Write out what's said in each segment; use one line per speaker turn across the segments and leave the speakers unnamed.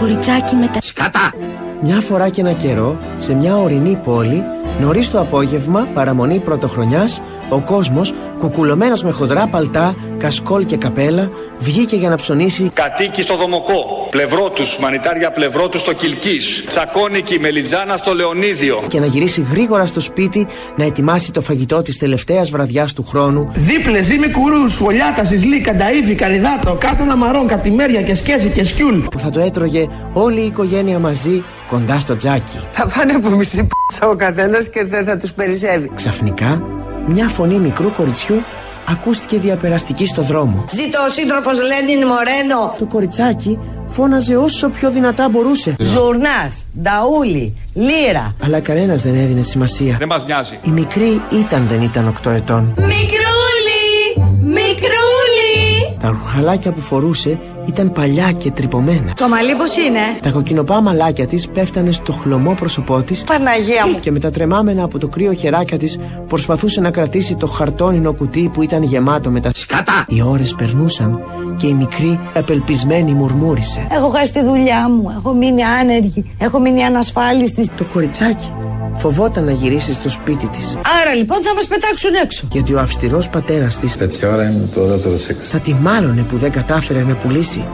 κοριτσάκι με τα
Σκατά!
Μια φορά και ένα καιρό, σε μια ορεινή πόλη, νωρίς το απόγευμα, παραμονή πρωτοχρονιάς, ο κόσμος, κουκουλωμένος με χοντρά παλτά, κασκόλ και καπέλα, βγήκε για να ψωνίσει
Κατοίκοι στο Δομοκό, πλευρό τους, μανιτάρια πλευρό τους στο Κυλκής, Τσακώνικη Μελιτζάνα στο Λεωνίδιο.
και να γυρίσει γρήγορα στο σπίτι να ετοιμάσει το φαγητό της τελευταίας βραδιάς του χρόνου,
Δίπλες ζύμη κουρούς, σχολιάτα, σισλίκα, κανταήφι, καριδάτο, κάστανα μαρών, καπτημέρια και σκέση και σκιούλ.
που θα το έτρωγε όλη η οικογένεια μαζί κοντά στο τζάκι.
Θα πάνε από μισή πίτσα ο καθένας και δεν θα τους περισσεύει.
Ξαφνικά, μια φωνή μικρού κοριτσιού ακούστηκε διαπεραστική στο δρόμο.
Ζήτω ο σύντροφος Λένιν Μορένο.
Το κοριτσάκι φώναζε όσο πιο δυνατά μπορούσε,
Ζουρνά, Νταούλη, Λύρα.
αλλά κανένας δεν έδινε σημασία.
Δεν μας νοιάζει.
Η μικρή ήταν δεν ήταν 8 ετών.
Μικρούλι! Μικρούλι!
Τα ρουχαλάκια που φορούσε ήταν παλιά και τρυπωμένα.
Το μαλλί πώς είναι.
Τα κοκκινοπά μαλάκια της πέφτανε στο χλωμό πρόσωπό της
Παναγία μου.
και με τα τρεμάμενα από το κρύο χεράκια της προσπαθούσε να κρατήσει το χαρτόνινο κουτί που ήταν γεμάτο με τα σκάτα. Οι ώρες περνούσαν και η μικρή απελπισμένη μουρμούρισε.
Έχω χάσει τη δουλειά μου. Έχω μείνει άνεργη. Έχω μείνει ανασφάλιστη.
Το κοριτσάκι φοβόταν να γυρίσει στο σπίτι της
Άρα λοιπόν θα μας πετάξουν έξω.
γιατί ο αυστηρός πατέρας της
Τέτοια ώρα είναι το ωραίο σεξ.
θα τη μάλωνε που δεν κατάφερε να πουλήσει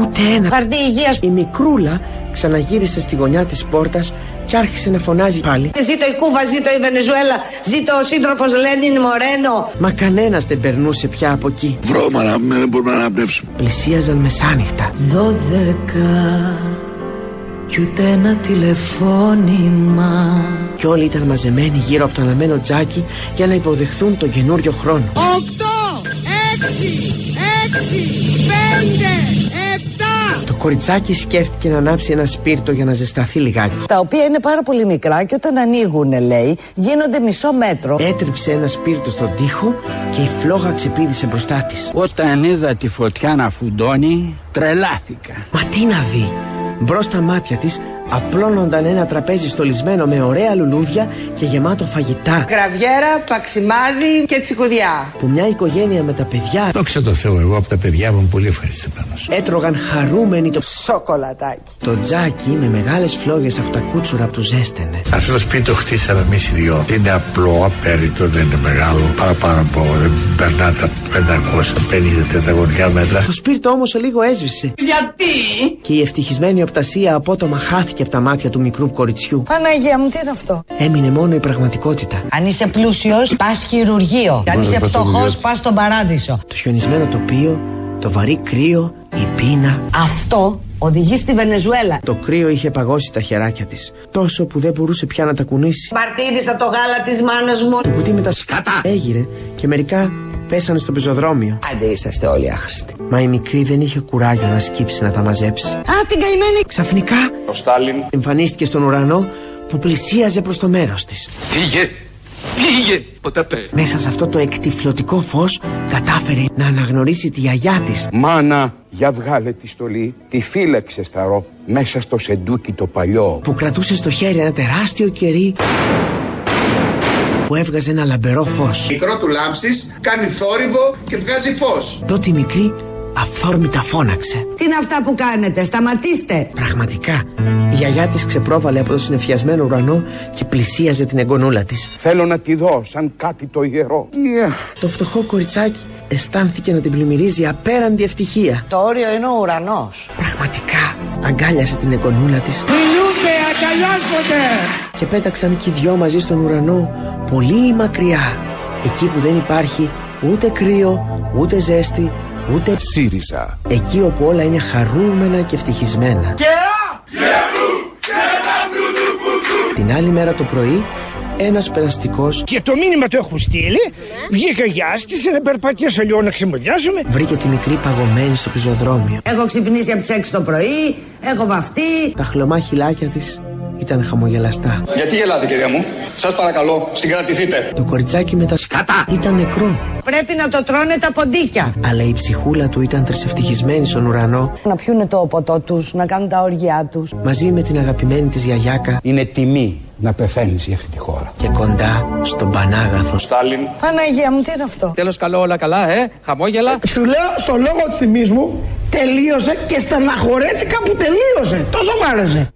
ούτε ένα
Χαρτί υγείας.
Η μικρούλα ξαναγύρισε στη γωνιά της πόρτας και άρχισε να φωνάζει πάλι.
Ζήτω η Κούβα, ζήτω η Βενεζουέλα, ζήτω ο σύντροφος Λένιν Μορένο.
Μα κανένας δεν περνούσε πια από εκεί.
Βρώμα να μην μπορούμε να αναπνεύσουμε.
Πλησίαζαν μεσάνυχτα.
Δώδεκα κι ούτε ένα τηλεφώνημα
Και όλοι ήταν μαζεμένοι γύρω από το αναμένο τζάκι για να υποδεχθούν τον καινούριο χρόνο.
8, 6, 6, 5, 7.
Το κοριτσάκι σκέφτηκε να ανάψει ένα σπίρτο για να ζεσταθεί λιγάκι.
Τα οποία είναι πάρα πολύ μικρά και όταν ανοίγουν, λέει, γίνονται μισό μέτρο.
Έτριψε ένα σπίρτο στον τοίχο και η φλόγα ξεπήδησε μπροστά της.
Όταν είδα τη φωτιά να φουντώνει, τρελάθηκα.
Μα τι να δει! Μπρος στα μάτια της απλώνονταν ένα τραπέζι στολισμένο με ωραία λουλούδια και γεμάτο φαγητά.
Κραβιέρα, παξιμάδι και τσικουδιά.
Που μια οικογένεια με τα παιδιά
Δόξα τω Θεώ, εγώ από τα παιδιά μου είμαι πολύ ευχαριστημένο.
έτρωγαν χαρούμενοι το
Σοκολατάκι.
Το τζάκι με μεγάλες φλόγες από τα κούτσουρα που του ζέστενε.
Αυτό το σπίτι το χτίσαμε εμείς οι δυο. Είναι απλό, απέριτο, δεν είναι μεγάλο. Παραπάνω από δεν περνά τα 550 τετραγωνικά μέτρα.
Το σπίρτο όμως λίγο έσβησε
Γιατί?
και η ευτυχισμένη οπτασία απότομα χάθηκε από τα μάτια του μικρού κοριτσιού.
Παναγία μου, τι είναι αυτό.
Έμεινε μόνο η πραγματικότητα.
Αν είσαι πλούσιος, πας χειρουργείο. Αν είσαι φτωχό, πας στον παράδεισο.
Το χιονισμένο τοπίο, το βαρύ κρύο, η πείνα.
Αυτό οδηγεί στη Βενεζουέλα.
Το κρύο είχε παγώσει τα χεράκια της, τόσο που δεν μπορούσε πια να τα κουνήσει.
Μαρτύρησα το γάλα της μάνας μου.
Το κουτί με τα σκάτα έγειρε και μερικά πέσανε στο πεζοδρόμιο.
Άντε είσαστε όλοι άχρηστοι.
Μα η μικρή δεν είχε κουράγιο να σκύψει να τα μαζέψει.
Α, την καημένη.
Ξαφνικά
Ο Στάλιν.
εμφανίστηκε στον ουρανό που πλησίαζε προς το μέρος της.
Φύγε! Φύγε! Ποταπέ!
Μέσα σε αυτό το εκτιφλωτικό φως κατάφερε να αναγνωρίσει τη γιαγιά της
Μάνα, για βγάλε τη στολή, τη φύλαξε σταρό μέσα στο σεντούκι το παλιό.
που κρατούσε στο χέρι ένα τεράστιο κερί που έβγαζε ένα λαμπερό φως.
Μικρό του λάμψης κάνει θόρυβο και βγάζει φως.
Τότε η μικρή αυθόρμητα φώναξε.
Τι είναι αυτά που κάνετε, σταματήστε.
Πραγματικά, η γιαγιά της ξεπρόβαλε από το συνεφιασμένο ουρανό και πλησίαζε την εγγονούλα της.
Θέλω να τη δω σαν κάτι το ιερό.
Το φτωχό κοριτσάκι αισθάνθηκε να την πλημμυρίζει απέραντη ευτυχία.
Το όριο είναι ο ουρανός.
Πραγματικά, αγκάλιασε την εγγονούλα της
Μιλούνται, αγκαλιάζονται.
και πέταξαν και οι δυο μαζί στον ουρανό, πολύ μακριά, εκεί που δεν υπάρχει ούτε κρύο, ούτε ζέστη, ούτε
ΣΥΡΙΖΑ.
εκεί όπου όλα είναι χαρούμενα και ευτυχισμένα. Την άλλη μέρα το πρωί, ένας περαστικός
Και το μήνυμα το έχω στείλει. Βγήκα για άσκηση να περπατήσω λίγο να ξεμολιάσουμε.
βρήκε τη μικρή παγωμένη στο πεζοδρόμιο.
Έχω ξυπνήσει από τις 6 το πρωί, έχω βαφτεί.
Τα χλωμά χυλάκια της ήταν χαμογελαστά.
Γιατί γελάτε, κυρία μου. Σας παρακαλώ, συγκρατηθείτε.
Το κοριτσάκι με τα σκάτα ήταν νεκρό,
Πρέπει να το τρώνε τα ποντίκια.
αλλά η ψυχούλα του ήταν τρισευτυχισμένη στον ουρανό
Να πιούνε το ποτό τους, να κάνουν τα όργια τους.
μαζί με την αγαπημένη της γιαγιάκα
Είναι τιμή να πεθαίνεις για αυτή τη χώρα.
Και κοντά στον Πανάγαθο
Στάλιν.
Παναγία μου, τι είναι αυτό.
Τέλος καλό, όλα καλά, ε. Χαμόγελα.
Σου λέω στο λόγο της τιμής μου τελείωσε και στεναχωρέθηκα που τελείωσε. Τόσο μ' άρεσε.